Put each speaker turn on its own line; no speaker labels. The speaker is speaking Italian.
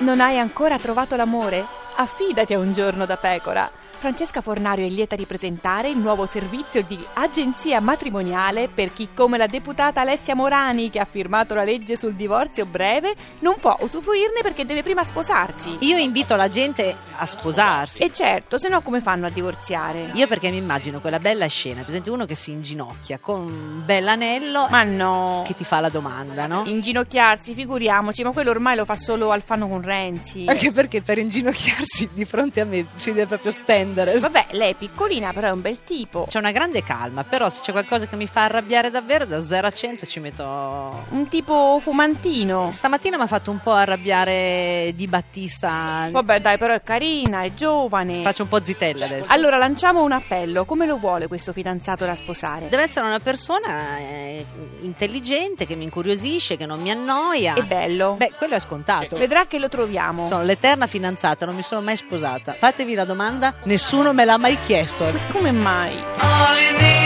Non hai ancora trovato l'amore? Affidati a un giorno da pecora. Francesca Fornario è lieta di presentare il nuovo servizio di agenzia matrimoniale per chi, come la deputata Alessia Morani, che ha firmato la legge sul divorzio breve, non può usufruirne perché deve prima sposarsi.
Io invito la gente a sposarsi.
E certo, se no come fanno a divorziare?
Io perché mi immagino quella bella scena, presente uno che si inginocchia con un bell'anello
Ma no!
che ti fa la domanda, no?
Inginocchiarsi, figuriamoci, ma quello ormai lo fa solo Alfano con Renzi.
Anche perché per inginocchiarsi di fronte a me si deve proprio stendere.
Vabbè, lei è piccolina, però è un bel tipo.
C'è una grande calma, però se c'è qualcosa che mi fa arrabbiare davvero, da 0 a 100 ci metto...
Un tipo fumantino.
Stamattina mi ha fatto un po' arrabbiare Di Battista,
Vabbè, dai, però è carina, è giovane.
faccio un po' zitella adesso.
Allora lanciamo un appello. Come lo vuole questo fidanzato da sposare?
Deve essere una persona eh, intelligente, che mi incuriosisce, che non mi annoia. Cioè,
È bello.
Beh, quello è scontato.
Vedrà che lo troviamo.
Sono l'eterna fidanzata, non mi sono mai sposata. Fatevi la domanda, nessuno me l'ha mai chiesto.
Come mai?
All you need.